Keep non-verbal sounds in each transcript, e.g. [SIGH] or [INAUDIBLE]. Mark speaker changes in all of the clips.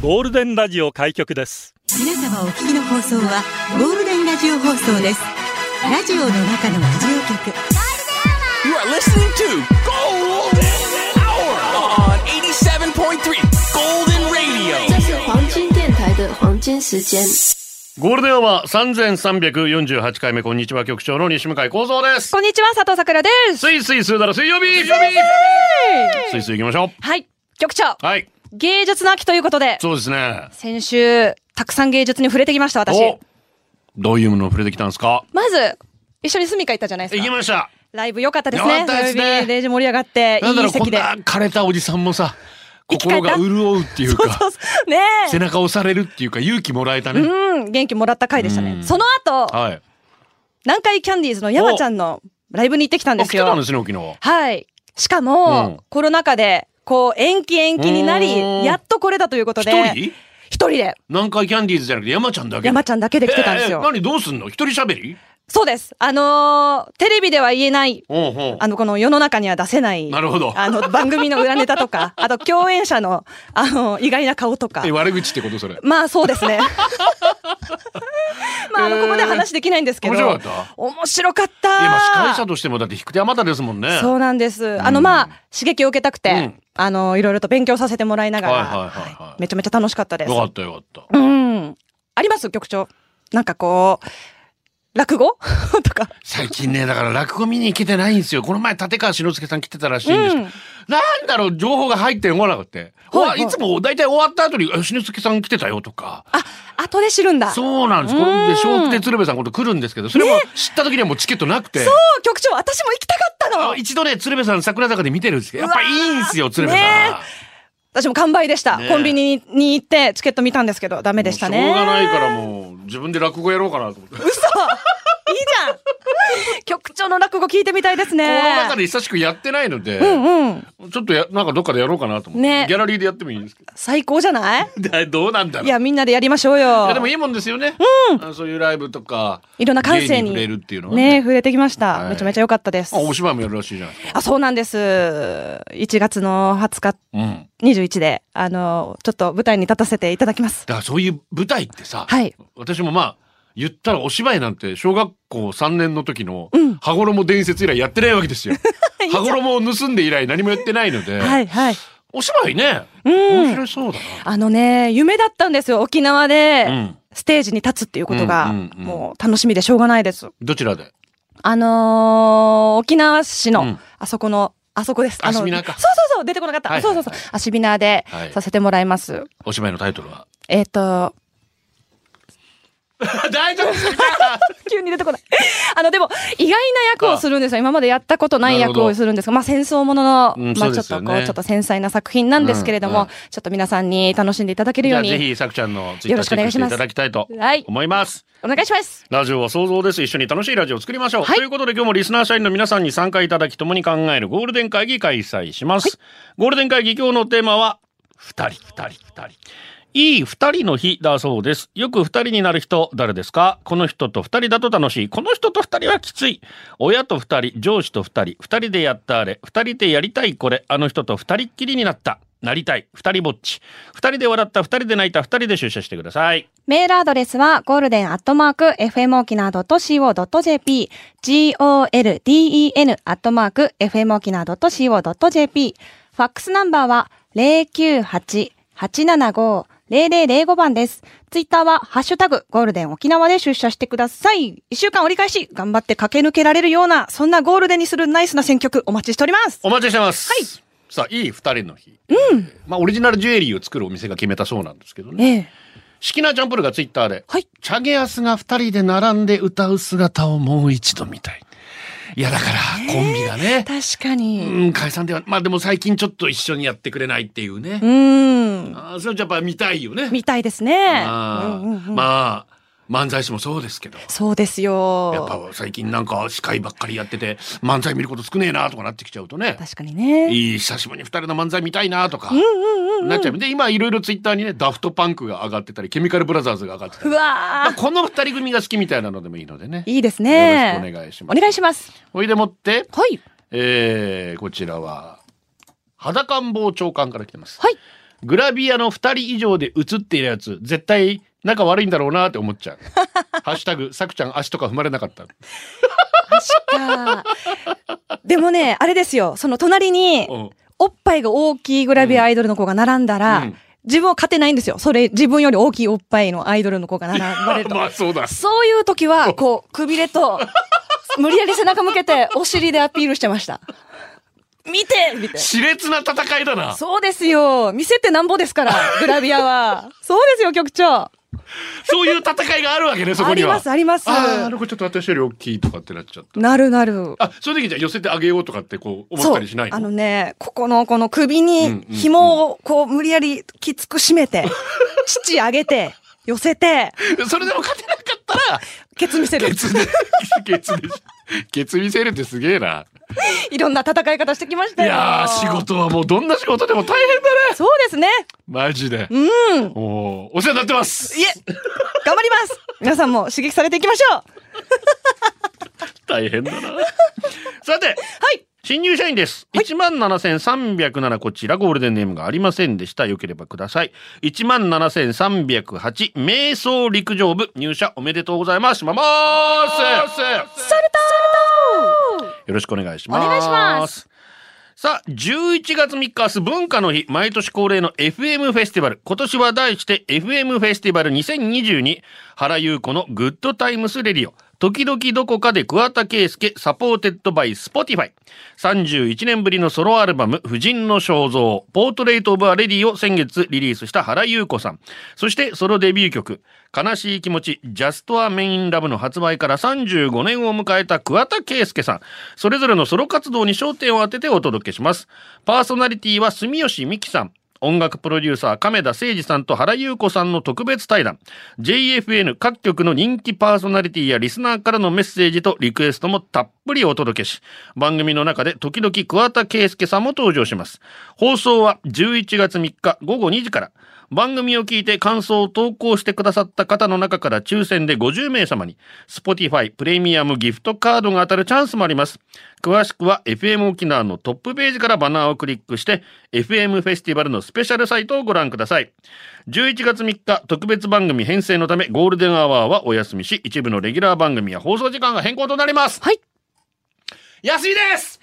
Speaker 1: ゴールデンラジオ開局です
Speaker 2: 皆様お聞きの放送はゴールデンラジオ放送ですラジオの中のラジオ局
Speaker 3: You are listening to Golden Hour on 87.3 Golden Radio.
Speaker 4: 这是黄金电台的黄金时间。
Speaker 5: ゴールデンは三千三百四十八回目こんにちは局長の西向井光三です。
Speaker 6: こんにちは、佐藤さくらです。
Speaker 5: スイスイスーダラ水曜日。水曜日。スイスイ行きましょ
Speaker 6: はい、局長、
Speaker 5: う。はい。
Speaker 6: 芸術の秋ということで、
Speaker 5: そうですね。
Speaker 6: 先週、たくさん芸術に触れてきました、私。
Speaker 5: お、どういうものを触れてきたんですか。
Speaker 6: まず、一緒に住みか行ったじゃないです
Speaker 5: 行き
Speaker 6: か。
Speaker 5: ました。
Speaker 6: ライブ良かったです
Speaker 5: 良か
Speaker 6: ね。
Speaker 5: ったですね
Speaker 6: 土曜日で盛り上がって、
Speaker 5: なんだ
Speaker 6: い
Speaker 5: ろ
Speaker 6: いう
Speaker 5: こん
Speaker 6: 席で。
Speaker 5: な枯れたおじさんもさ、
Speaker 6: 生き返
Speaker 5: 心
Speaker 6: った
Speaker 5: が潤うっていうか、
Speaker 6: ね
Speaker 5: 背中押されるっていうか勇気もらえたね。
Speaker 6: え。うん、元気もらった回でしたね。その後、
Speaker 5: はい。
Speaker 6: 南海キャンディーズの山ちゃんのライブに行ってきたんで
Speaker 5: あ来
Speaker 6: す
Speaker 5: てたん
Speaker 6: よ
Speaker 5: で。すね沖縄。
Speaker 6: はい。しか
Speaker 5: うん
Speaker 6: も、コロナ禍で、こう、延期延期にな
Speaker 5: うん
Speaker 6: り、やっとこれだということ
Speaker 5: 一
Speaker 6: で。
Speaker 5: 人？
Speaker 6: 一人で、
Speaker 5: 南海キャンディーズじゃなくて山ちゃんだけ。
Speaker 6: 山ちゃんだけで来てたんです
Speaker 5: え
Speaker 6: よ
Speaker 5: ー。何どうすんの？一人喋り？
Speaker 6: そうです。あのーテレビでは言えない、
Speaker 5: ほうほう
Speaker 6: あの、この世の中には出せない、
Speaker 5: なるほど
Speaker 6: あの、番組の裏ネタ
Speaker 5: [LAUGHS]
Speaker 6: とか、あと共演者の、あの、意外な顔とか
Speaker 5: え。悪口ってことそれ。
Speaker 6: まあそうで
Speaker 5: [LAUGHS]
Speaker 6: すね。まあ、あの、ここでは話できないんですけど。
Speaker 5: 面白かった
Speaker 6: 面白かった
Speaker 5: 今司会者としてもだって引く手あまたですもんね。
Speaker 6: そうなんです。あの、まあ、刺激を受けたくて、
Speaker 5: うん
Speaker 6: あの、いろいろと勉強させてもらいながら、
Speaker 5: はいはいはいはい
Speaker 6: めちゃめちゃ楽しかったです
Speaker 5: よ。かったよかった。
Speaker 6: うん。あります局長。なんかこう、落語 [LAUGHS] とか。
Speaker 5: 最近ねだから落語見に行けてないんですよ。この前立川志の輔さん来てたらしいんです。
Speaker 6: うん
Speaker 5: なんだろう情報が入ってこなくて。
Speaker 6: はい
Speaker 5: わいつも大体終わった後にあ志の輔さん来てたよとか。
Speaker 6: あ、後で知るんだ。
Speaker 5: そうなんです。これで笑福亭鶴瓶さんこと来るんですけど、それも知った時にはもうチケットなくて。
Speaker 6: そう局長私も行きたかった
Speaker 5: あ
Speaker 6: の
Speaker 5: 一度ね鶴瓶さん桜坂で見てるんですけどやっぱいいんですよ鶴瓶さん。
Speaker 6: ね私も完売でした、
Speaker 5: ねえ
Speaker 6: コンビニに行ってチケット見たんですけどダメでしたね
Speaker 5: もうしょうがないからもう自分で落語やろうかなと思って。
Speaker 6: 嘘いいじゃん局長の落語聞いてみたいです
Speaker 5: コロナ禍
Speaker 6: ね
Speaker 5: で久しくやってないので、
Speaker 6: うんうん
Speaker 5: ちょっとやなんかどっかでやろうかなと思って、
Speaker 6: ね
Speaker 5: ギャラリーでやってもいいんですけ
Speaker 6: 最高じゃない
Speaker 5: ど [LAUGHS] だどうなんだろうい
Speaker 6: い
Speaker 5: や
Speaker 6: やみんなでやりましょうよ
Speaker 5: でもいいもんですよね、あそういうライブとか
Speaker 6: いろんな感性に
Speaker 5: 芸触れるっていうのは
Speaker 6: ね
Speaker 5: ね
Speaker 6: え触れてきました、
Speaker 5: はい
Speaker 6: めちゃめちゃ良かったです
Speaker 5: あお芝居もやるらしいじゃないですか
Speaker 6: あそうなんです1月の20日
Speaker 5: うん
Speaker 6: 21であのちょっと舞台に立たせていただきます
Speaker 5: だからそういう舞台ってさ、
Speaker 6: はい
Speaker 5: 私もまあ言ったらお芝居なんて小学校3年の時の羽衣伝説以来やってないわけです
Speaker 6: [LAUGHS]
Speaker 5: よ羽衣を盗んで以来何もやってないので、
Speaker 6: はいはい
Speaker 5: お芝居ね、
Speaker 6: うん
Speaker 5: 面白そうだ
Speaker 6: あのね夢だったんですよ沖縄で、
Speaker 5: な、うん、
Speaker 6: ステージに立つっていうことが、
Speaker 5: うんうんうん
Speaker 6: もう楽しみでしょうがないです。
Speaker 5: どちらで
Speaker 6: あのー沖縄市の、
Speaker 5: うん
Speaker 6: あそこの、あそこです。あの
Speaker 5: アシビナーか
Speaker 6: そうそうそう、出てこなかった。
Speaker 5: はいはいはい
Speaker 6: そうそうそう、アシビナーで
Speaker 5: はい
Speaker 6: させてもらいます。
Speaker 5: お芝居のタイトル
Speaker 6: [LAUGHS]
Speaker 5: は
Speaker 6: えっ、と、
Speaker 5: 大丈夫ですか
Speaker 6: 急に出てこない。 [LAUGHS] あの、でも、意外な役をするんですよ。今までやったことない
Speaker 5: なるほ
Speaker 6: 役
Speaker 5: ど
Speaker 6: をするんですが、まあ、戦争ものの、
Speaker 5: うん
Speaker 6: ま
Speaker 5: そ
Speaker 6: あ、
Speaker 5: う
Speaker 6: ち
Speaker 5: で
Speaker 6: ょっ
Speaker 5: すよ
Speaker 6: と
Speaker 5: ね
Speaker 6: こう、ちょっと繊細な作品なんですけれども、
Speaker 5: うんうん
Speaker 6: ちょっと皆さんに楽しんでいただける
Speaker 5: [LAUGHS] じ
Speaker 6: よ
Speaker 5: ゃ
Speaker 6: う
Speaker 5: あぜ
Speaker 6: に、
Speaker 5: ひさくちゃんのツイッ
Speaker 6: よ
Speaker 5: ターチェッ
Speaker 6: ろしくお願
Speaker 5: クして
Speaker 6: いし
Speaker 5: い
Speaker 6: ます
Speaker 5: ただきたいと
Speaker 6: はい
Speaker 5: 思います。
Speaker 6: お願いします。
Speaker 5: ラジオは想像です。一緒に楽しいラジオを作りましょう。
Speaker 6: はい
Speaker 5: ということで今日もリスナー社員の皆さんに参加いただき共に考えるゴールデン会議開催します。ゴールデン会議今日のテーマは二人二人二人。いい二人の日だそうです。よく二人になる人誰ですかこの人と二人だと楽しい。この人と二人はきつい。親と二人、上司と二人、二人でやったあれ、二人でやりたいこれ、あの人と二人っきりになった。なりたい。二人ぼっち。二人で笑った、二人で泣いた、二人で出社してください。
Speaker 7: メールアドレスは、ゴールデンアットマーク、fmokina.co.jp、golden アットマーク、fmokina.co.jp、ファックスナンバーは、098-875-0005番です。ツイッターは、ハッシュタグ、ゴールデン沖縄で出社してください。
Speaker 6: 一週間折り返し、頑張って駆け抜けられるような、そんなゴールデンにするナイスな選曲、お待ちしております。
Speaker 5: お待ちしてます。さあ、いい二人の日。うん。まあ、オリジナルジュエリーを作るお店が決めたそうなんですけどね。
Speaker 6: ええ。
Speaker 5: シキナーチャンプルがツイッターで、
Speaker 6: はい
Speaker 5: チャゲアスが二人で並んで歌う姿をもう一度見たい。いや、だから、コンビがね。
Speaker 6: 確かに。
Speaker 5: うん、解散では、まあでも最近ちょっと一緒にやってくれないっていうね。
Speaker 6: うん。
Speaker 5: ああ、それやっぱ見たいよね。
Speaker 6: みたいですね。
Speaker 5: ああ
Speaker 6: うんうんうん
Speaker 5: まあ、漫才師もそうですけど。
Speaker 6: そうですよ。
Speaker 5: やっぱ最近なんか司会ばっかりやってて、漫才見ること少ねえなとかなってきちゃうとね。
Speaker 6: 確かにね。
Speaker 5: いい久しぶりに二人の漫才見たいなとか、なっちゃう。で、今いろいろツイッターにね、ダフトパンクが上がってたり、ケミカルブラザーズが上がってた
Speaker 6: [LAUGHS] う
Speaker 5: り。まあ
Speaker 6: わー
Speaker 5: この二人組が好きみたいなのでもいいのでね。
Speaker 6: いいですね。
Speaker 5: よろしくお願いします
Speaker 6: お願いします。
Speaker 5: おいでもって、
Speaker 6: はい。
Speaker 5: えーこちらは、肌官房長官から来てます。
Speaker 6: はい
Speaker 5: グラビアの2人以上で写っているやつ、絶対仲悪いんだろうなって思っ
Speaker 6: [LAUGHS]
Speaker 5: ちゃう。ハッシュタグ、さくちゃん足とか踏まれなかった。
Speaker 6: 確か。で
Speaker 5: [LAUGHS]
Speaker 6: もね、あれですよ。その隣に、
Speaker 5: うん
Speaker 6: おっぱいが大きいグラビアアイドルの子が並んだら、
Speaker 5: うん
Speaker 6: 自分は勝てないんですよ。それ、自分より大きいおっぱいのアイドルの子が並ばれると。
Speaker 5: [LAUGHS] まあそうだ。
Speaker 6: そういう時は、こう、くびれと、無理やり背中向けて、お尻でアピールして
Speaker 5: [LAUGHS]
Speaker 6: ました。見てみたいな。
Speaker 5: 熾烈な戦いだな。
Speaker 6: そうですよ。見せてなんぼで
Speaker 5: [LAUGHS]
Speaker 6: すから、グラビアは。そうですよ、局長。
Speaker 5: そういう戦いがあるわけね、そこ
Speaker 6: あ
Speaker 5: に
Speaker 6: り
Speaker 5: は。
Speaker 6: ます、あります。
Speaker 5: あーあの子ちょっと私より大きいとかってなっちゃった。
Speaker 6: なるなる。
Speaker 5: あ、そういう時じゃあ寄せてあげようとかってこう思っ
Speaker 6: そ
Speaker 5: た
Speaker 6: う
Speaker 5: りしないの
Speaker 6: あのね、ここの、この首
Speaker 5: うんうん
Speaker 6: に
Speaker 5: うん
Speaker 6: 紐をこう無理やりきつく締
Speaker 5: [LAUGHS]
Speaker 6: めて、乳上げて、寄せて、
Speaker 5: それでも勝てなかった
Speaker 6: [LAUGHS]
Speaker 5: ら、
Speaker 6: ケツ見せる
Speaker 5: ケ。ツで、 [LAUGHS] ケツで、ケツ見せるってすげえな。
Speaker 6: [LAUGHS] いろんな戦い方してきまし
Speaker 5: い
Speaker 6: たよ。
Speaker 5: やー、仕。事はもうどんな仕事でも大変だね。
Speaker 6: そうですね。
Speaker 5: マジで。
Speaker 6: うん。
Speaker 5: おーお世話になってます。
Speaker 6: いえ、頑張ります皆さんも刺激されていきましょう
Speaker 5: 大変だな。
Speaker 6: [LAUGHS]
Speaker 5: さて、
Speaker 6: はい
Speaker 5: 新入社員です。一万七千三百七こちらゴールデンネームがありませんでした。よければください。一万七千三百八瞑想陸上部入社おめでとうございます。しままーす。よろしくお願いします。
Speaker 6: お願いします。
Speaker 5: さあ、11月3日明日文化の日、毎年恒例の FM フェスティバル。今年は題して FM フェスティバル2022、原優子のグッドタイムスレディオ。時々どこかで桑田佳祐サポーテッドバイスポティファイ。31年ぶりのソロアルバム、婦人の肖像、ポートレートオブアレディを先月リリースした原優子さん。そしてソロデビュー曲、悲しい気持ち、ジャストアメインラブの発売から35年を迎えた桑田佳祐さん。それぞれのソロ活動に焦点を当ててお届けします。パーソナリティは住吉美希さん。音楽プロデューサー亀田誠二さんと原優子さんの特別対談 JFN 各局の人気パーソナリティやリスナーからのメッセージとリクエストもたっぷりお届けし番組の中で時々桑田佳祐さんも登場します放送は11月3日午後2時から番組を聞いて感想を投稿してくださった方の中から抽選で50名様に Spotify プレミアムギフトカードが当たるチャンスもあります詳しくは FM 沖縄のトップページからバナーをクリックして FM フェスティバルのスペシャルサイトをご覧ください11月3日特別番組編成のためゴールデンアワーはお休みし一部のレギュラー番組や放送時間が変更となります
Speaker 6: はい
Speaker 5: 休みです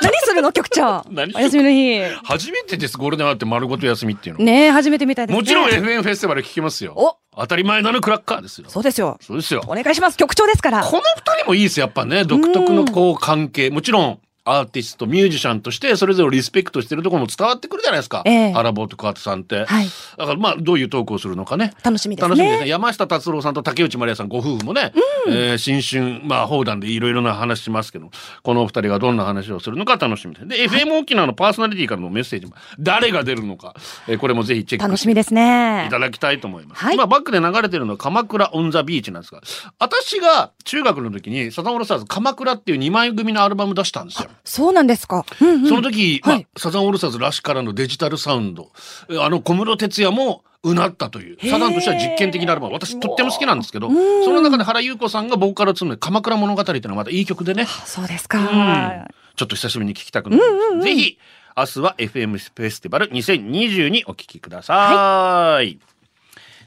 Speaker 6: 何するの局長
Speaker 5: 何
Speaker 6: お休みの日。
Speaker 5: 初めてですゴールデンアワーって丸ごと休みっていうの、
Speaker 6: ねえ、初めてみたいです、ね。
Speaker 5: もちろん FM フェスティバル聞きますよ
Speaker 6: お
Speaker 5: 当たり前なのクラッカーですよ
Speaker 6: そうですよ。
Speaker 5: そうですよ
Speaker 6: お願いします。局長ですから。
Speaker 5: この二人もいいですよやっぱね独特のこう関係もちろんアーティストミュージシャンとしてそれぞれをリスペクトしてるところも伝わってくるじゃないですか、
Speaker 6: ええ
Speaker 5: ハラボーと桑田さんって、
Speaker 6: はい
Speaker 5: だからまあどういうトークをするのかね
Speaker 6: 楽しみですね。
Speaker 5: 楽しみですね山下達郎さんと竹内まりやさんご夫婦もね、えー新春まあ砲弾でいろいろな話しますけどこのお二人がどんな話をするのか楽しみですで、FM 沖縄のパーソナリティからのメッセージも誰が出るのか、えーこれもぜひチェック
Speaker 6: 楽
Speaker 5: して
Speaker 6: しみですね
Speaker 5: いた。だきたいと思います。
Speaker 6: はい
Speaker 5: 今バックで流れてるのは鎌倉オンザビーチなんですが、私が中学の時にサザンオールスターズ鎌倉っていう2枚組のアルバム出したんですよ。
Speaker 6: そうなんですか。うんうん
Speaker 5: その時、
Speaker 6: はい
Speaker 5: まあ、サザンオールスターズらしからのデジタルサウンド、えあの小室哲也もうなったという、
Speaker 6: ー
Speaker 5: サザンとしては実験的なアルバム、私とっても好きなんですけど、その中で原優子さんがボーカルを務める鎌倉物語っていうのはまたいい曲でね、
Speaker 6: そうですか。
Speaker 5: ちょっと久しぶりに聴きたくなりました。ぜひ、明日は FM フェスティバル2020にお聴きください。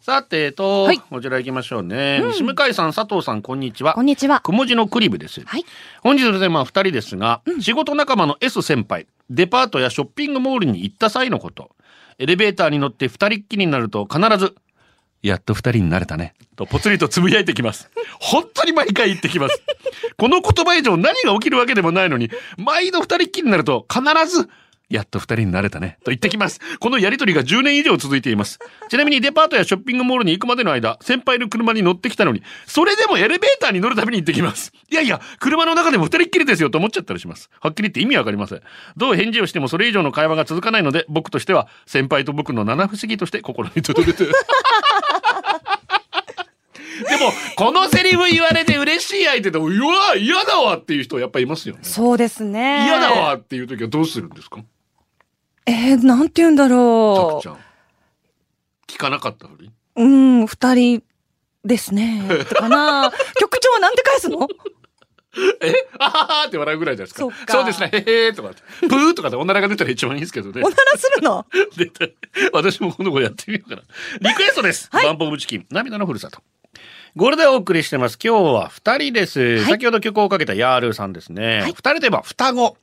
Speaker 5: さて、えっと、
Speaker 6: はい
Speaker 5: こちら行きましょうね。西向井さん、佐藤さん、こんにちは
Speaker 6: こん。にちは。
Speaker 5: くもじのクリブです。
Speaker 6: はい
Speaker 5: 本日のテーマは2人ですが、仕事仲間の S 先輩デパートやショッピングモールに行った際のことエレベーターに乗って2人っきりになると必ず「やっと2人になれたね」とぽつりとつぶやいてきます本当に毎回言ってきますこの言葉以上何が起きるわけでもないのに毎度2人っきりになると必ずやっと二人になれたね。と言ってきます。このやりとりが10年以上続いています。ちなみにデパートやショッピングモールに行くまでの間、先輩の車に乗ってきたのに、それでもエレベーターに乗るために行ってきます。いやいや、車の中でも二人っきりですよと思っちゃったりします。はっきり言って意味わかりません。どう返事をしてもそれ以上の会話が続かないので、僕としては先輩と僕の七不思議として心に留めて。でも、このセリフ言われて嬉しい相手でも、うわ、嫌だわっていう人やっぱいますよね。
Speaker 6: そうですね。
Speaker 5: 嫌だ。わっていう時はどうするんですか
Speaker 6: えー、なんて言うんだ
Speaker 5: さく
Speaker 6: ろ
Speaker 5: ちゃん聞かなかったふり [LAUGHS]
Speaker 6: う。うん、二人ですね。とかな。局長はなんて返すの
Speaker 5: えあははって笑うぐらいじゃないですか。
Speaker 6: そうか
Speaker 5: ですね。へへーとかって。プーとかでおならが出たら一番いいんですけどね
Speaker 6: お。ならするの
Speaker 5: 出た私もこの子やってみようかな。リクエストです。バンポーブチキン、涙のふるさと。ゴールデンをお送りしてます。今日は二人です。先ほど曲をかけたヤールーさんですね。二、人といえば双子。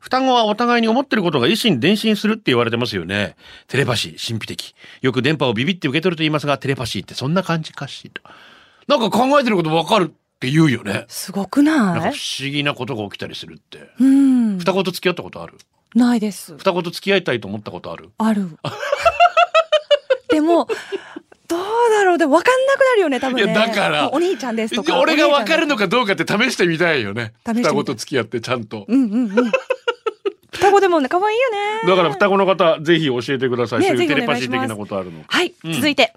Speaker 5: 双子はお互いに思ってることが一心伝心するって言われてますよね。テレパシー、神秘的。よく電波をビビって受け取ると言いますが、テレパシーってそんな感じかしら。なんか考えてることわかるって言うよね。
Speaker 6: すごく
Speaker 5: なん
Speaker 6: な
Speaker 5: か
Speaker 6: い
Speaker 5: 不思議なことが起きたりするって。
Speaker 6: うん。
Speaker 5: 双子と付き合ったことある
Speaker 6: ないです。
Speaker 5: 双子と付き合いたいと思ったことある
Speaker 6: ある。でも、どうだろうでも分かんなくなるよね、多分ね。
Speaker 5: いやだから
Speaker 6: もうお兄ちゃんですとか。
Speaker 5: 俺が
Speaker 6: お姉ちゃん
Speaker 5: 分かるのかどうかって試してみたいよね
Speaker 6: 試してみた
Speaker 5: 双
Speaker 6: い
Speaker 5: 子と付き合ってちゃんと、
Speaker 6: うんうんうん。双子でもね、可愛いよね。
Speaker 5: だから双子の方ぜひ教えてください、
Speaker 6: ね
Speaker 5: そういう
Speaker 6: ぜ
Speaker 5: テ
Speaker 6: ひお願
Speaker 5: レ
Speaker 6: い
Speaker 5: パシー
Speaker 6: しま
Speaker 5: 的
Speaker 6: す
Speaker 5: なことあるのか
Speaker 6: はい、
Speaker 5: うん
Speaker 6: 続いて。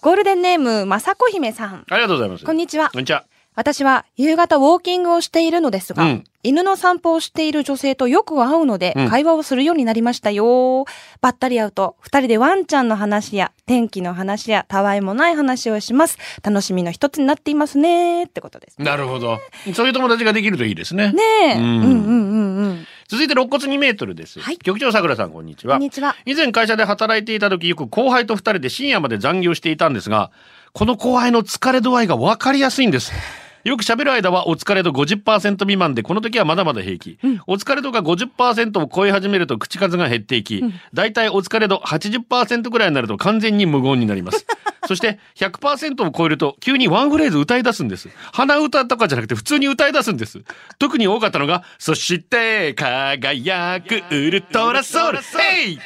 Speaker 6: ゴールデンネーム、まさこ姫さん。
Speaker 5: ありがとうございます
Speaker 6: こんにちは
Speaker 5: こんにちは
Speaker 6: 私は夕方ウォーキングをしているのですが、
Speaker 5: うん
Speaker 6: 犬の散歩をしている女性とよく会うので、
Speaker 5: うん
Speaker 6: 会話をするようになりましたよ。ばったり会うと、二人でワンちゃんの話や、天気の話や、たわいもない話をします。楽しみの一つになっていますね。ってことです。
Speaker 5: なるほどそういう友達ができるといいですね
Speaker 6: ねえ。
Speaker 5: う
Speaker 6: うんんうんうんうん。
Speaker 5: 続いて肋骨2メートルです、
Speaker 6: はい
Speaker 5: 局長さくらさんこんにち
Speaker 6: こ
Speaker 5: は
Speaker 6: んにちは。
Speaker 5: 以前会社で働いていた時よく後輩と2人で深夜まで残業していたんですがこの後輩の疲れ度合いが分かりやすいんですよく喋る間はお疲れ度50%未満でこの時はまだまだ平気、お疲れ度が50%を超え始めると口数が減っていき、だいたいお疲れ度80%ぐらいになると完全に無言になりますそして100%を超えると急にワンフレーズ歌い出すんです鼻歌とかじゃなくて普通に歌い出すんです特に多かったのが「そして輝くウルトラソウル」ヘイ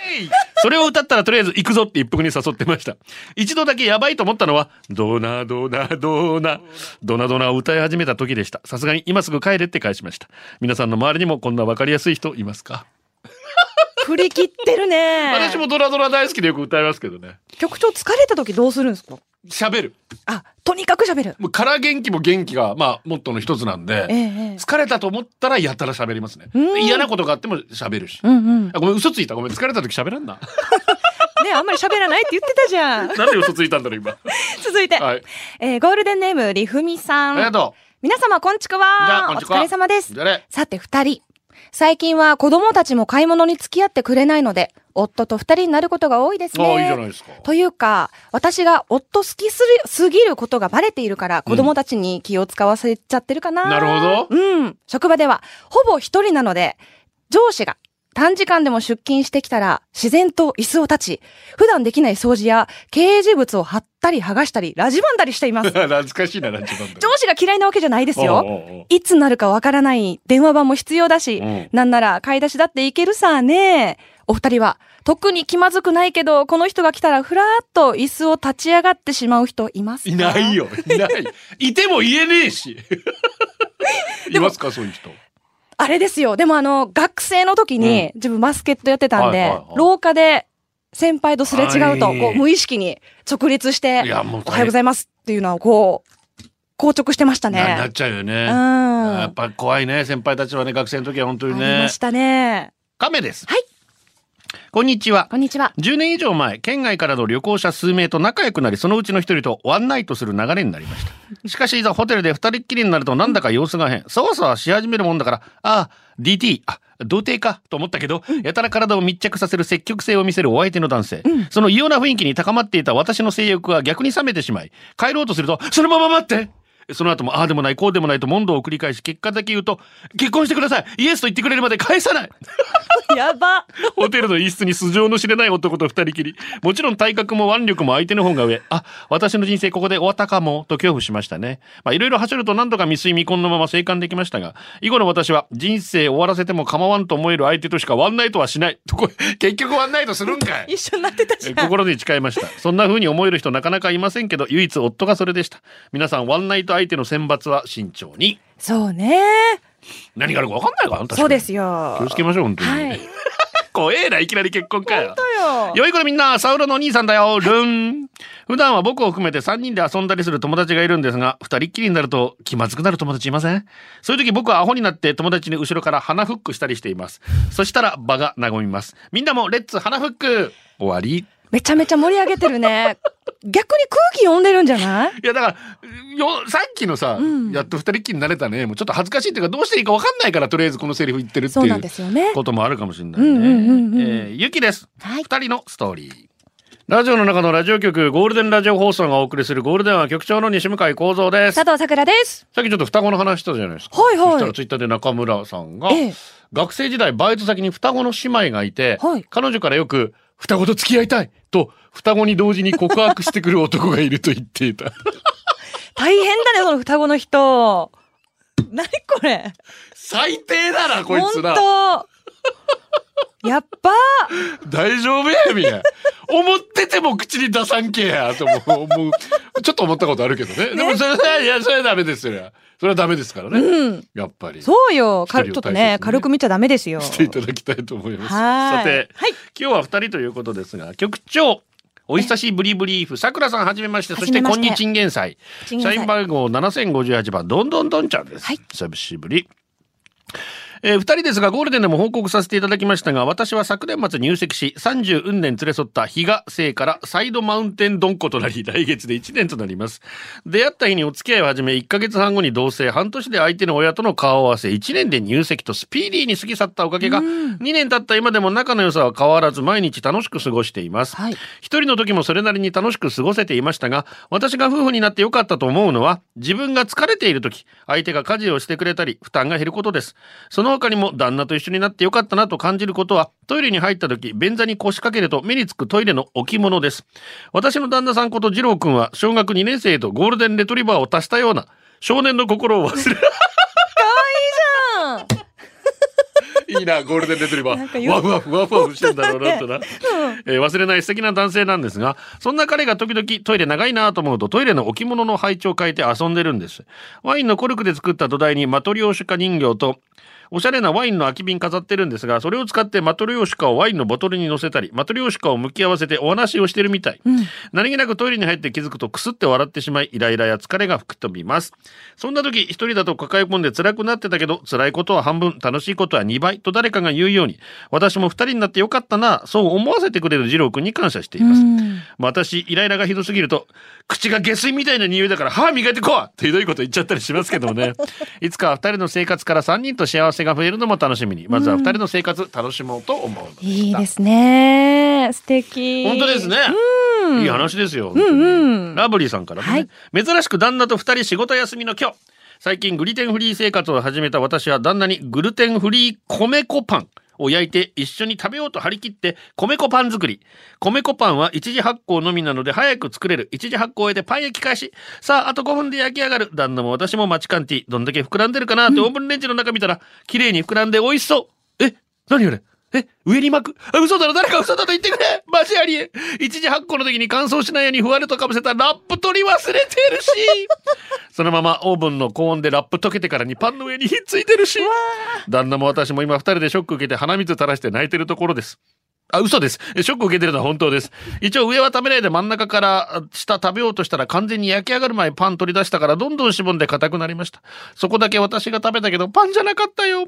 Speaker 5: それを歌ったらとりあえず行くぞって一服に誘ってました。一度だけやばいと思ったのは、ドナドナドナ、ドナドナを歌い始めた時でした。さすがに今すぐ帰れって返しました。皆さんの周りにもこんなわかりやすい人いますか
Speaker 6: 振り切ってるね。
Speaker 5: [LAUGHS] 私もドナドナ大好きでよく歌いますけどね。
Speaker 6: 局長疲れた時どうするんですか
Speaker 5: 喋る。
Speaker 6: あ、とにかく喋る。
Speaker 5: もうから元気も元気が、まあ、モットーの一つなんで、
Speaker 6: ええええ。
Speaker 5: 疲れたと思ったらやたら喋りますね。
Speaker 6: うん
Speaker 5: 嫌なことがあっても喋るし。
Speaker 6: うんうん。ね
Speaker 5: あごめん、嘘ついた。ごめん、疲れた時喋らんな。
Speaker 6: あんまり喋らないって言ってたじゃん。
Speaker 5: なんで嘘ついたんだろう、今。
Speaker 6: [LAUGHS] 続いて、
Speaker 5: はい。
Speaker 6: えーゴールデンネームりふみさ
Speaker 5: あ
Speaker 6: ん。
Speaker 5: りがと
Speaker 6: 皆様こんちく
Speaker 5: う。じゃあ、
Speaker 6: わ
Speaker 5: こん
Speaker 6: お
Speaker 5: にちは
Speaker 6: 疲れ様です
Speaker 5: じゃあね。
Speaker 6: さて二人最近は子供たちも買い物に付き合ってくれないので夫と二人になることが多いです
Speaker 5: ああ、いいじゃ
Speaker 6: ね
Speaker 5: ないですか。
Speaker 6: というか、私が夫好きする、すぎることがバレているから、子供たちに気を使わせちゃってるかな、
Speaker 5: なるほど。
Speaker 6: うん。職場では、ほぼ一人なので、上司が短時間でも出勤してきたら、自然と椅子を立ち、普段できない掃除や、掲示物を貼ったり剥がしたり、ラジバンダリしてい
Speaker 5: [LAUGHS]
Speaker 6: ます。
Speaker 5: 懐かしいな、ランチバンド。
Speaker 6: 上司が嫌いなわけじゃないですよ。
Speaker 5: おうおうおう
Speaker 6: いつなるかわからない電話番も必要だし、
Speaker 5: うん
Speaker 6: なんなら買い出しだっていけるさね。お二人は、特に気まずくないけど、この人が来たらふらーっと椅子を立ち上がってしまう人いますか
Speaker 5: いない。よ。いない。いても言えねえし。いますか、そういう人。
Speaker 6: あれですよ。でもあの、学生の時に、
Speaker 5: うん
Speaker 6: 自分バスケットやってたんで、
Speaker 5: はいはいはい
Speaker 6: 廊下で先輩とすれ違うと、
Speaker 5: はい
Speaker 6: こう、無意識に直立して
Speaker 5: い、や、もう大変、
Speaker 6: おはようございますっていうのをこう、硬直してました
Speaker 5: ななっ
Speaker 6: ね。
Speaker 5: ちゃうよ
Speaker 6: う
Speaker 5: ね。
Speaker 6: ん。
Speaker 5: や
Speaker 6: あ
Speaker 5: っぱ怖いね、先輩たちはね、学生の時は本当
Speaker 6: り
Speaker 5: にね
Speaker 6: まし。たね。
Speaker 5: 亀です。はい。こんにちは。
Speaker 6: こんにちは。
Speaker 5: 10年以上前県外からの旅行者数名と仲良くなりそのうちの一人とワンナイトする流れになりましたしかしいざホテルで二人っきりになるとなんだか様子が変そわそわし始めるもんだからああ DT あ童貞かと思ったけどやたら体を密着させる積極性を見せるお相手の男性、その異様な雰囲気に高まっていた私の性欲が逆に冷めてしまい帰ろうとするとそのまま待ってその後もああでもないこうでもないと問答を繰り返し結果だけ言うと結婚してくださいイエスと言ってくれるまで返さない
Speaker 6: [LAUGHS] やば。
Speaker 5: ホテルの一室に素性の知れない男と二人きり。もちろん体格も腕力も相手の方が上。あ、私の人生ここで終わったかも、と恐怖しましたね。まあ、いろいろ走ると何度か未遂未婚のまま生還できましたが、以後の私は人生終わらせても構わんと思える相手としかワンナイトはしない。とこ結局ワンナイトするん
Speaker 6: [LAUGHS]
Speaker 5: かい
Speaker 6: 一緒になってたじゃん。
Speaker 5: 心に誓いました。そんな風に思える人なかなかいませんけど、唯一夫がそれでした。皆さん、ワンナイト相手の選抜は慎重に。
Speaker 6: そうね。
Speaker 5: 何があるか分かんないから、確かに
Speaker 6: そうですよ。
Speaker 5: 気をつけましょう、本当に。
Speaker 6: はい。
Speaker 5: 怖えな、いきなり結婚かよ。
Speaker 6: よ。
Speaker 5: 良い子みんな、サウロのお兄さんだよ、ルン。普段は僕を含めて3人で遊んだりする友達がいるんですが、2人っきりになると気まずくなる友達いませんそういう時僕はアホになって友達に後ろから鼻フックしたりしています。そしたら場が和みます。みんなもレッツ鼻フック終わり。
Speaker 6: めちゃめちゃ盛り上げてる [LAUGHS] ね。逆に空気読んでるんじゃない
Speaker 5: いやだからよさっきのさ、やっと二人っきりになれたねもうちょっと恥ずかしいっていうかどうしていいか分かんないからとりあえずこのセリフ言ってるって
Speaker 6: そう
Speaker 5: い
Speaker 6: なん
Speaker 5: う
Speaker 6: ですよね。
Speaker 5: こともあるかもしれないね。
Speaker 6: うんうんうんうん
Speaker 5: えーゆきです。二、
Speaker 6: はい
Speaker 5: 人のストーリー。ラジオの中のラジオ局ゴールデンラジオ放送がお送りするゴールデンは局長の西向井光三です。さ
Speaker 6: 佐藤さくらです。
Speaker 5: っきちょっと双子の話したじゃないですか。
Speaker 6: はい
Speaker 5: そした
Speaker 6: は
Speaker 5: ら
Speaker 6: い。
Speaker 5: ツイッターで中村さんが、
Speaker 6: ええ
Speaker 5: 学生時代バイト先に双子の姉妹がいて、
Speaker 6: はい
Speaker 5: 彼女からよく双子と付き合いたいと双子に同時に告白してくる男がいると言っていた。
Speaker 6: 大変だね、その双子の人。何これ。
Speaker 5: 最低だなこい
Speaker 6: [LAUGHS] 本
Speaker 5: つら。
Speaker 6: 当。やっぱ。
Speaker 5: 大丈夫やみや。思ってても口に出さんけやと思う思う。ちょっと思ったことあるけどね。でもそれはいやそれはダメですよ。それはダメですからね。
Speaker 6: うん。
Speaker 5: やっぱり。
Speaker 6: そうよ。か
Speaker 5: 一人
Speaker 6: ち
Speaker 5: を大
Speaker 6: ょっと
Speaker 5: 切にね
Speaker 6: ね、軽く見ちゃダメですよ。
Speaker 5: していただきたいと思います。
Speaker 6: はーい
Speaker 5: さて、
Speaker 6: はい
Speaker 5: 今日は二人ということですが、局長。お久しぶりブリーフ、さくらさんはじめまして、そし
Speaker 6: はじ
Speaker 5: て
Speaker 6: めま
Speaker 5: こ
Speaker 6: して
Speaker 5: んにちんげんさい。
Speaker 6: チンゲン
Speaker 5: 社
Speaker 6: サイ
Speaker 5: 員番号7058番、どんどんどんちゃんです。
Speaker 6: はい
Speaker 5: 久しぶり。えー、2人ですがゴールデンでも報告させていただきましたが私は昨年末入籍し30運年連れ添った比嘉生からサイドマウンテンドンコとなり来月で1年となります出会った日にお付き合いを始め1ヶ月半後に同棲半年で相手の親との顔合わせ1年で入籍とスピーディーに過ぎ去ったおかげが2年経った今でも仲の良さは変わらず毎日楽しく過ごしています、
Speaker 6: はい
Speaker 5: 一人の時もそれなりに楽しく過ごせていましたが私が夫婦になってよかったと思うのは自分が疲れている時相手が家事をしてくれたり負担が減ることですその他にも旦那と一緒になってよかったなと感じることはトイレに入った時便座に腰掛けると目につくトイレの置物です私の旦那さんこと二郎くんは小学2年生とゴールデンレトリバーを足したような少年の心を忘れいいなゴールデンレトリバーワフワフワフワフしてんだろうなとな、えー忘れない素敵な男性なんですがそんな彼が時々トイレ長いなと思うとトイレの置物の配置を変えて遊んでるんですワインのコルクで作った土台にマトリオシュカ人形とおしゃれなワインの空き瓶飾ってるんですがそれを使ってマトリオシュカをワインのボトルに乗せたりマトリオシュカを向き合わせてお話をしてるみたい、何気なくトイレに入って気づくとくすって笑ってしまいイライラや疲れが吹き飛びますそんな時一人だと抱え込んで辛くなってたけど辛いことは半分楽しいことは2倍と誰かが言うように私も二人になってよかったなそう思わせてくれる二郎君に感謝しています、まあ私イライラがひどすぎると口が下水みたいな匂いだから歯磨いてこいってひどいこと言っちゃったりしますけども
Speaker 6: [LAUGHS]
Speaker 5: ねいつかは二人の生活から三人と幸せが増えるのも楽しみにまずは二人の生活楽しもうと思うのでした
Speaker 6: いいですね。素敵。
Speaker 5: 本当ですね。いい話ですよ。本当にラブリーさんからもね、珍しく旦那と二人仕事休みの今日。最近グルテンフリー生活を始めた私は旦那にグルテンフリー米粉パンを焼いて一緒に食べようと張り切って米粉パン作り。米粉パンは一時発酵のみなので早く作れる。一時発酵を終えてパン焼き開始。さあ、あと5分で焼き上がる。旦那も私もマチカンティ。どんだけ膨らんでるかなってオーブンレンジの中見たら、綺麗に膨らんで美味しそう。え何あれえ、上に巻くあ、嘘だろ誰か嘘だと言ってくれマジありえ一時発酵の時に乾燥しないようにふわりとかぶせたラップ取り忘れてるしそのままオーブンの高温でラップ溶けてからにパンの上にひっついてるし旦那も私も今二人でショック受けて鼻水垂らして泣いてるところです。あ、嘘です。えショック受けてるのは本当です。一応上は食べないで真ん中からあ下食べようとしたら完全に焼き上がる前にパン取り出したからどんどんしぼんで硬くなりました。そこだけ私が食べたけどパンじゃなかったよ。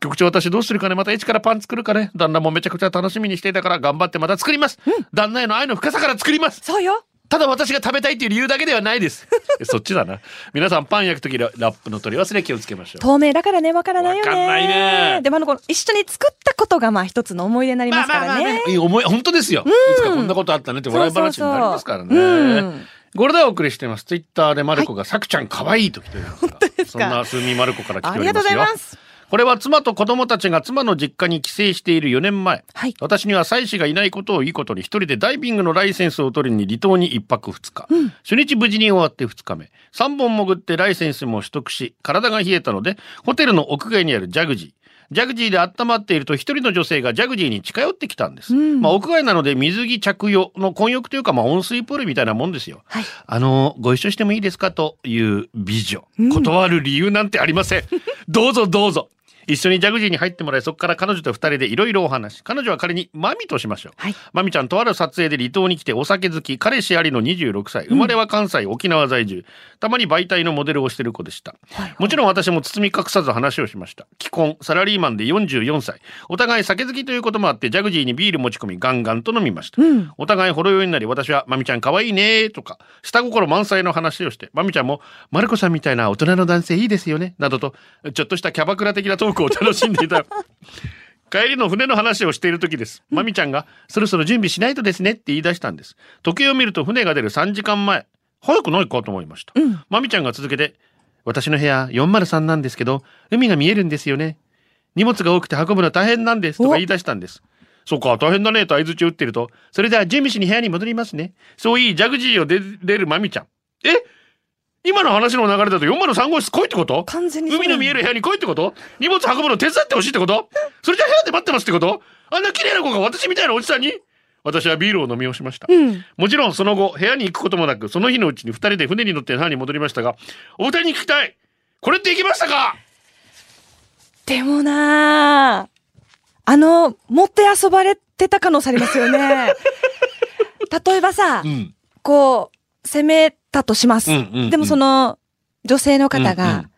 Speaker 5: 局長私どうするかねまた一からパン作るかね旦那もめちゃくちゃ楽しみにしていたから頑張ってまた作ります。旦那への愛の深さから作ります。
Speaker 6: そうよ。
Speaker 5: ただ私が食べたいという理由だけではない
Speaker 6: [LAUGHS]
Speaker 5: です。えそっちだな。皆さんパン焼くときララップの取り忘れ気をつけましょう。
Speaker 6: 透明だからね、わからないよね。
Speaker 5: わかんないね
Speaker 6: でもあの、この一緒に作ったことが、まあ一つの思い出になりますからね。
Speaker 5: いい思い本当ですよ、いつかこんなことあったねって笑い話になりますからね
Speaker 6: そうそうそううん
Speaker 5: これでお送りしていますツイッターでマルコが「さくちゃんかわいい」と来ております本当です
Speaker 6: か
Speaker 5: そんなすみまる子から来ておりますよ
Speaker 6: ありがとうございます
Speaker 5: これは妻と子供たちが妻の実家に帰省している4年前、
Speaker 6: はい
Speaker 5: 私には妻子がいないことをいいことに一人でダイビングのライセンスを取りに離島に1泊2日、初日無事に終わって2日目3本潜ってライセンスも取得し体が冷えたのでホテルの屋外にあるジャグジージャグジーで温まっていると一人の女性がジャグジーに近寄ってきたんです、まあ屋外なので水着着用の混浴というかまあ温水プールみたいなもんですよ、
Speaker 6: はい
Speaker 5: あのご一緒してもいいですかという美女断る理由なんてありませんどうぞどうぞ一緒にジャグジーに入ってもらいそこから彼女と二人でいろいろお話彼女は仮にマミとしましょう、
Speaker 6: はい
Speaker 5: マミちゃんとある撮影で離島に来てお酒好き彼氏ありの26歳生まれは関西、沖縄在住たまに媒体のモデルをしてる子でした、もちろん私も包み隠さず話をしました既婚サラリーマンで44歳お互い酒好きということもあってジャグジーにビール持ち込みガンガンと飲みました、
Speaker 6: ん
Speaker 5: お互いほろ酔いになり私は「まみちゃんかわいいね」とか下心満載の話をしてまみちゃんも「まる子さんみたいな大人の男性いいですよね」などとちょっとしたキャバクラ的なトークを楽しんでいた帰りの船の話をしている時です。まみちゃんが、そろそろ準備しないとですねって言い出したんです。時計を見ると船が出る3時間前。早くないかと思いました。まみちゃんが続けて、私の部屋403なんですけど、海が見えるんですよね。荷物が多くて運ぶの大変なんですとか言い出したんです。そっか、大変だねと相槌を打ってると、それでは準備しに部屋に戻りますね。そういいジャグジーを出出るまみちゃん。え今の話の流れだと403号室来いってこと
Speaker 6: 完全にそう
Speaker 5: 海の見える部屋に来いってこと荷物運ぶの手伝ってほしいってことそれじゃあ部屋で待ってますってことあんな綺麗な子が私みたいなおじさんに私はビールを飲みをしました、もちろんその後部屋に行くこともなくその日のうちに2人で船に乗って那覇に戻りましたがお二人に聞きたいこれって行きましたか
Speaker 6: でもなああの、持って遊ばれてた可能性あります
Speaker 5: [LAUGHS]
Speaker 6: よね。例えばさ、
Speaker 5: ん
Speaker 6: こう、攻めたとします。
Speaker 5: うんうんうん
Speaker 6: でもその、女性の方が、
Speaker 5: うんうん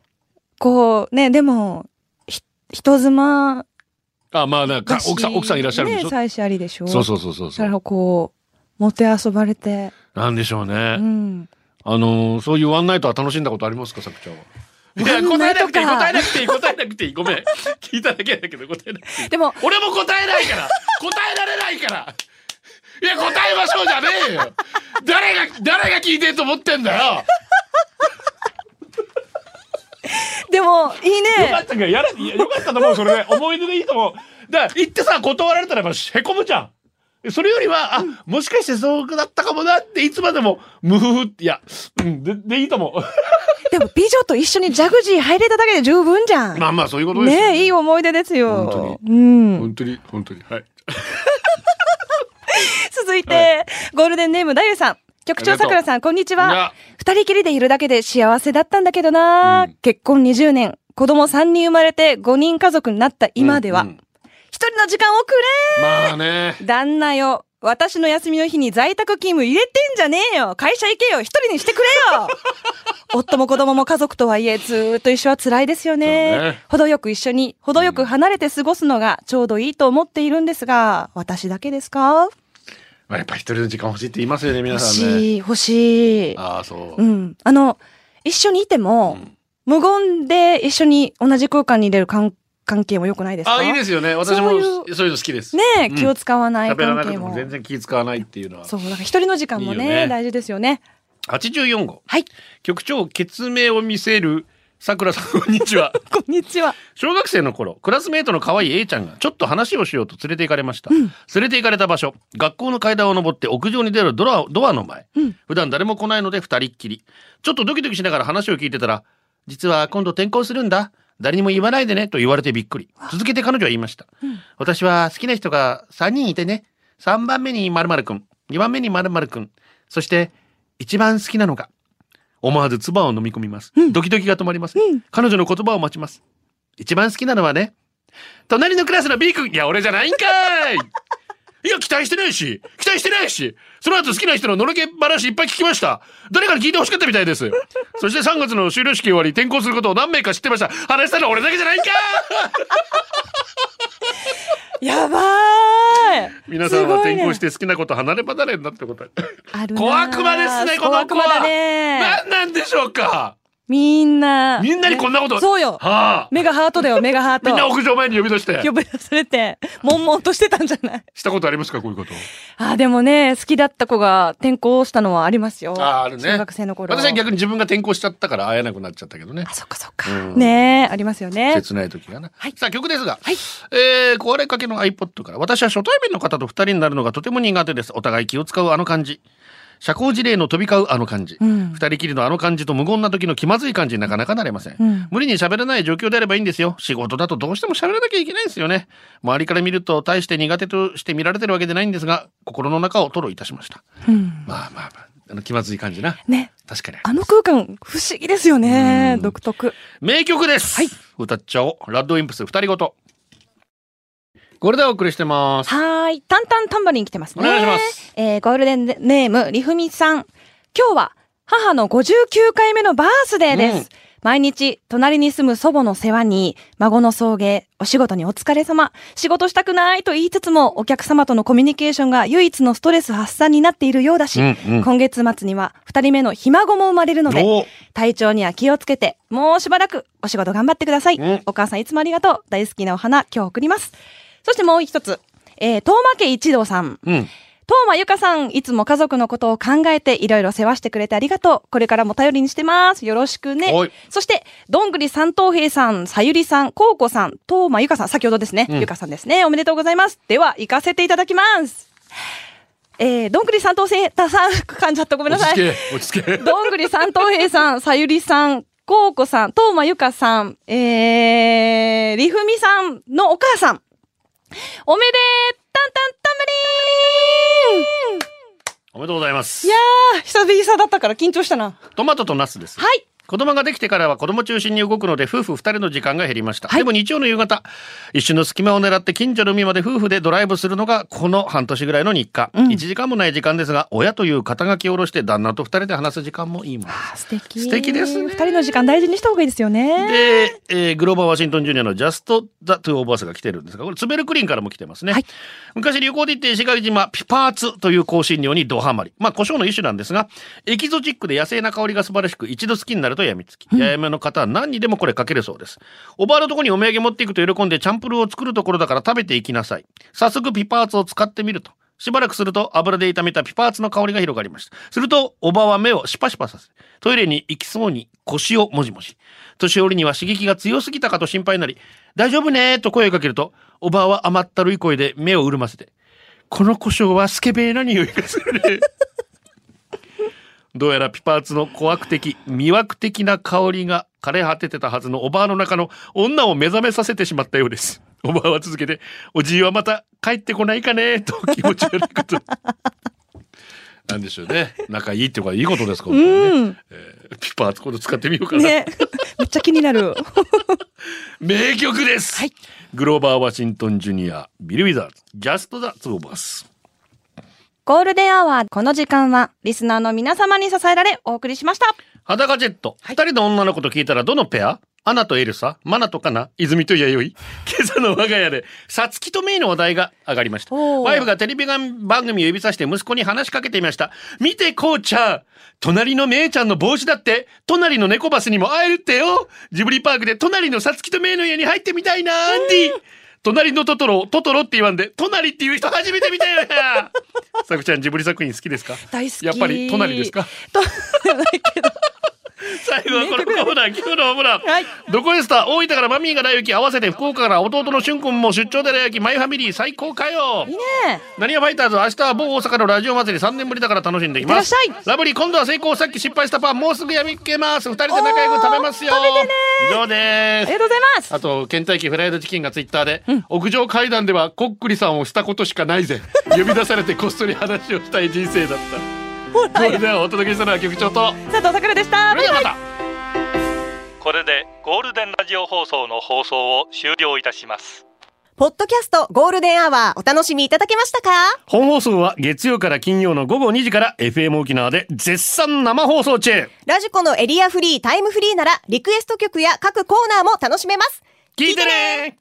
Speaker 6: こう、ね、でも、ひ人妻
Speaker 5: あまあなん
Speaker 6: だしね、妻子ありでしょ
Speaker 5: そうそうそうそう
Speaker 6: だからこう、持て遊ばれて、
Speaker 5: なんでしょうね、
Speaker 6: うん。
Speaker 5: あのーそういうワンナイトは楽しんだことありますかさくちゃんは
Speaker 6: ワ
Speaker 5: いや
Speaker 6: ン
Speaker 5: 答
Speaker 6: ナ
Speaker 5: え
Speaker 6: イ
Speaker 5: な
Speaker 6: ト
Speaker 5: くていい
Speaker 6: か
Speaker 5: 答えなくていい答えなくていいごめん聞いただけだけど答えなくていい
Speaker 6: でも、
Speaker 5: 俺も答えないから答えられないからいや答えましょうじゃねえよ誰が誰が聞いてると思ってんだよ
Speaker 6: でも、いい
Speaker 5: よか
Speaker 6: ね。
Speaker 5: ったけどやらいやよかったと思うそれで思い出でいいと思うだから言ってさ断られたらやっぱへこむじゃんそれよりはあもしかしてそうだったかもなっていつまでもムフフっていや、うん、ででいいと思う
Speaker 6: でも、美女と一緒にジャグジー入れただけで十分じゃん。
Speaker 5: まあまあそういうことですよ
Speaker 6: ねえ、いい思い出ですよ。
Speaker 5: 本
Speaker 6: 当に。うん。
Speaker 5: 本当に本当にはい
Speaker 6: 続いて、
Speaker 5: は
Speaker 6: ゴールデンネーム、だゆさん。局長さくらさん、こんにち
Speaker 5: いや
Speaker 6: は。二人きりでいるだけで幸せだったんだけどな、結婚20年、子供3人生まれて5人家族になった今では、一、
Speaker 5: うんうん
Speaker 6: 人の時間をく
Speaker 5: まあね
Speaker 6: れ旦那よ。私の休みの日に在宅勤務入れてんじゃねえよ会社行けよ一人にしてくれ
Speaker 5: [LAUGHS]
Speaker 6: よ夫も子供も家族とはいえ、ずーっと一緒は辛いです
Speaker 5: そ
Speaker 6: よ
Speaker 5: う
Speaker 6: ね
Speaker 5: ね。
Speaker 6: 程よく一緒に、程よく離れて過ごすのがちょうどいいと思っているんですが、私だけですか
Speaker 5: まあやっぱ一人の時間欲しいって言いますよね皆
Speaker 6: 欲
Speaker 5: さんね
Speaker 6: しい、欲しい。
Speaker 5: ああそう、
Speaker 6: うん。あの、一緒にいても、無言で一緒に同じ空間に入れる関関係も良くないですか
Speaker 5: あいいですよね私も
Speaker 6: そ
Speaker 5: そうう
Speaker 6: い
Speaker 5: いうの好きです
Speaker 6: ねえ、
Speaker 5: うん
Speaker 6: 気を使わない
Speaker 5: 喋ら
Speaker 6: 関
Speaker 5: なく
Speaker 6: 係
Speaker 5: て
Speaker 6: も。
Speaker 5: も全然気使わないっていうのは
Speaker 6: そう、だから一人の時間も
Speaker 5: いい
Speaker 6: ね、
Speaker 5: よね
Speaker 6: 大事ですよね。
Speaker 5: 84号
Speaker 6: はい、
Speaker 5: 局長決名を見せるさくらさんこんにちは
Speaker 6: こんにちは。
Speaker 5: 小学生の頃クラスメートの可愛い A ちゃんがちょっと話をしようと連れて行かれました、連れて行かれた場所学校の階段を上って屋上に出るドラドアの前、普段誰も来ないので二人っきりちょっとドキドキしながら話を聞いてたら「実は今度転校するんだ誰にも言わないでね」と言われてびっくり続けて彼女は言いました、私は好きな人が3人いてね3番目に〇〇くん2番目に〇〇くんそして一番好きなのが思わず唾を飲み込みます、ドキドキが止まりません、彼女の言葉を待ちます一番好きなのはね隣のクラスの B 君いや俺じゃないんかいいや期待してないし期待してないしその後好きな人ののろけ話いっぱい聞きました誰から聞いてほしかったみたいですそして3月の終了式終わり転校することを何名か知ってました話したのは俺だけじゃないんかい
Speaker 6: [LAUGHS] やばーい
Speaker 5: 皆さんは
Speaker 6: すごい
Speaker 5: 転
Speaker 6: ね
Speaker 5: 校して好きなこと離れ離れになったことある
Speaker 6: あるなー
Speaker 5: 小悪魔ですねこの子
Speaker 6: 小悪魔
Speaker 5: は
Speaker 6: だね
Speaker 5: 何なんでしょうか
Speaker 6: みんな。
Speaker 5: みんなにこんなこと
Speaker 6: ねそうよ。
Speaker 5: はあ
Speaker 6: 目がハー
Speaker 5: [LAUGHS]
Speaker 6: トだよ、目がハート。
Speaker 5: みんな屋上前に呼び出して
Speaker 6: 呼び出されて、悶々としてたんじゃない
Speaker 5: したことありますかこういうこと
Speaker 6: あ、でもね、好きだった子が転校したのはありますよ。
Speaker 5: あーあるね
Speaker 6: 小学生の頃。
Speaker 5: 私は逆に自分が転校しちゃったから会えなくなっちゃったけどね
Speaker 6: あ、そっかそっか。
Speaker 5: うん
Speaker 6: ねえ、ありますよね。
Speaker 5: 切ない時がな、
Speaker 6: はい
Speaker 5: さあ曲ですが、
Speaker 6: はい
Speaker 5: えー壊れかけの iPod から私は初対面の方と二人になるのがとても苦手ですお互い気を使うあの感じ社交辞令の飛び交うあの感じ、二
Speaker 6: ん
Speaker 5: 人きりのあの感じと無言な時の気まずい感じになかなかなれません、
Speaker 6: ん
Speaker 5: 無理に喋らない状況であればいいんですよ仕事だとどうしても喋らなきゃいけないんですよね周りから見ると大して苦手として見られてるわけでないんですが心の中を吐露いたしました、まあまあまああの気まずい感じな。
Speaker 6: ね。
Speaker 5: 確かに。
Speaker 6: あの空間、不思議ですよね
Speaker 5: う。ん
Speaker 6: 独特。
Speaker 5: 名曲です、歌っちゃおう。ラッドウィンプス二人ごと。これでお送りしてます。
Speaker 6: はーい。タンタンタンバリン来てますね。
Speaker 5: お願いします。
Speaker 6: えー、ゴールデンネーム、りふみさん。今日は、母の59回目のバースデーです。
Speaker 5: うん
Speaker 6: 毎日、隣に住む祖母の世話に、孫の送迎、お仕事にお疲れ様、仕事したくないと言いつつも、お客様とのコミュニケーションが唯一のストレス発散になっているようだし、
Speaker 5: うんうん
Speaker 6: 今月末には二人目のひ孫も生まれるので、
Speaker 5: お
Speaker 6: 体調には気をつけて、もうしばらくお仕事頑張ってください。
Speaker 5: うん
Speaker 6: お母さんいつもありがとう。大好きなお花、今日送ります。そしてもう一つ、えー、東間家一同さん。
Speaker 5: うん。
Speaker 6: 東間ゆかさん、いつも家族のことを考えていろいろ世話してくれてありがとう。これからも頼りにしてます。よろしくね
Speaker 5: はい。
Speaker 6: そして、どんぐり三等兵さん、さゆりさん、こうこさん、東間ゆかさん、先ほどですね、
Speaker 5: うん
Speaker 6: ゆかさんですね。おめでとうございます。では、行かせていただきます。えー、どんぐり三等兵さん、噛んじゃったごめんな
Speaker 5: 落
Speaker 6: さ
Speaker 5: ち着
Speaker 6: い。
Speaker 5: け、落ち着け。
Speaker 6: どんぐり三等兵さん、さゆりさん、こうこさん、とうまゆかさん、えー、りふみさんのお母さん。おめでたんたんたんまりーん
Speaker 5: おめでとうございます。
Speaker 6: いやー、久々だったから緊張したな。
Speaker 5: トマトとナスです。
Speaker 6: はい。
Speaker 5: 子供ができてからは子供中心に動くので夫婦2人の時間が減りました、でも日曜の夕方一瞬の隙間を狙って近所の海まで夫婦でドライブするのがこの半年ぐらいの日課、1時間もない時間ですが親という肩書きを下ろして旦那と2人で話す時間もいいもの
Speaker 6: 素敵
Speaker 5: 素敵ですね
Speaker 6: 二人の時間大事にした方がいいですよね。
Speaker 5: で、えーグローバー・ワシントン・ジュニアのジャスト・ザ・トゥ・オブ・アスが来てるんですが、これ、ツベルクリンからも来てますね。
Speaker 6: はい
Speaker 5: 昔旅行で行って石垣島、ピパーツという香辛料にドハマり。まあ、胡椒の一種なんですが、エキゾチックで野生な香りが素晴らしく、一度好きになるとやみつき。八重山の方は何にでもこれかけるそうです。おばあのとこにお土産持っていくと喜んで、チャンプルーを作るところだから食べていきなさい。早速ピパーツを使ってみると。しばらくすると油で炒めたピパーツの香りが広がりました。すると、おばは目をシパシパさせ、トイレに行きそうに腰をもじもじ。年寄りには刺激が強すぎたかと心配になり、大丈夫ねと声をかけると、おばは甘ったるい声で目を潤ませて、この胡椒はスケベーな匂いがする
Speaker 6: [LAUGHS]
Speaker 5: ね。どうやらピパーツの怖く的、魅惑的な香りが枯れ果ててたはずのおばあの中の女を目覚めさせてしまったようです。おばあは続けて、おじいはまた帰ってこないかねと気持ち悪いこと。
Speaker 6: [LAUGHS]
Speaker 5: なんでしょうね。仲いいっていうかいいことですからね。
Speaker 6: うん。
Speaker 5: えーピパーツ今度使ってみようかな。
Speaker 6: ね。 [LAUGHS] めっちゃ気になる。
Speaker 5: 名曲です、グローバー・ワシントン・ジュニアビル・ウィザーズジャスト・ザ・ツーバス
Speaker 6: ゴールデンアワー、この時間は、リスナーの皆様に支えられ、お送りしました。
Speaker 5: 裸ジェット、二人の女の子と聞いたらどのペアアナとエルサマナとカナ泉と弥生今朝の我が家でサツキとメイの話題が上がりました
Speaker 6: おー
Speaker 5: ワイフがテレビ番組を指さして息子に話しかけていました見てこうちゃん隣のメイちゃんの帽子だって隣の猫バスにも会えるってよジブリパークで隣のサツキとメイの家に入ってみたいなアンディ隣のトトロをトトロって言わんで隣っていう人初めて見たよな [LAUGHS] さくちゃんジブリ作品好きですか
Speaker 6: 大好き。
Speaker 5: やっぱり隣ですか
Speaker 6: と [LAUGHS] じゃないけど。
Speaker 5: 最後はこのコーナー、今日のホームラン。
Speaker 6: はい
Speaker 5: どこですか大分からマミーが大雪、合わせて福岡から弟の俊君も出張で大雪、マイファミリー最高かよ。
Speaker 6: いいね。
Speaker 5: 何やファイターズ、明日は某大阪のラジオ祭り3年ぶりだから楽しんでいます。
Speaker 6: いってらっしゃい
Speaker 5: ラブリー、今度は成功、さっき失敗したパン、もうすぐやみっけます。二人で仲良く食べますよ。
Speaker 6: おー食べてね
Speaker 5: 以上で
Speaker 6: あり
Speaker 5: す
Speaker 6: が。とうございます。
Speaker 5: あと、倦怠期フライドチキンがツイッターで、屋上階段ではこっくりさんをしたことしかない
Speaker 6: [LAUGHS]
Speaker 5: ぜ。呼び出されてこっそり話をしたい人生だった。それではお届けしたのは局長と、
Speaker 6: 佐藤さくらでした。
Speaker 5: それではまた。
Speaker 1: これでゴールデンラジオ放送の放送を終了いたします
Speaker 8: ポッドキャストゴールデンアワーお楽しみいただけましたか
Speaker 5: 本放送は月曜から金曜の午後2時から FM 沖縄で絶賛生放送中
Speaker 8: ラジコのエリアフリータイムフリーならリクエスト曲や各コーナーも楽しめます。
Speaker 5: 聞いてね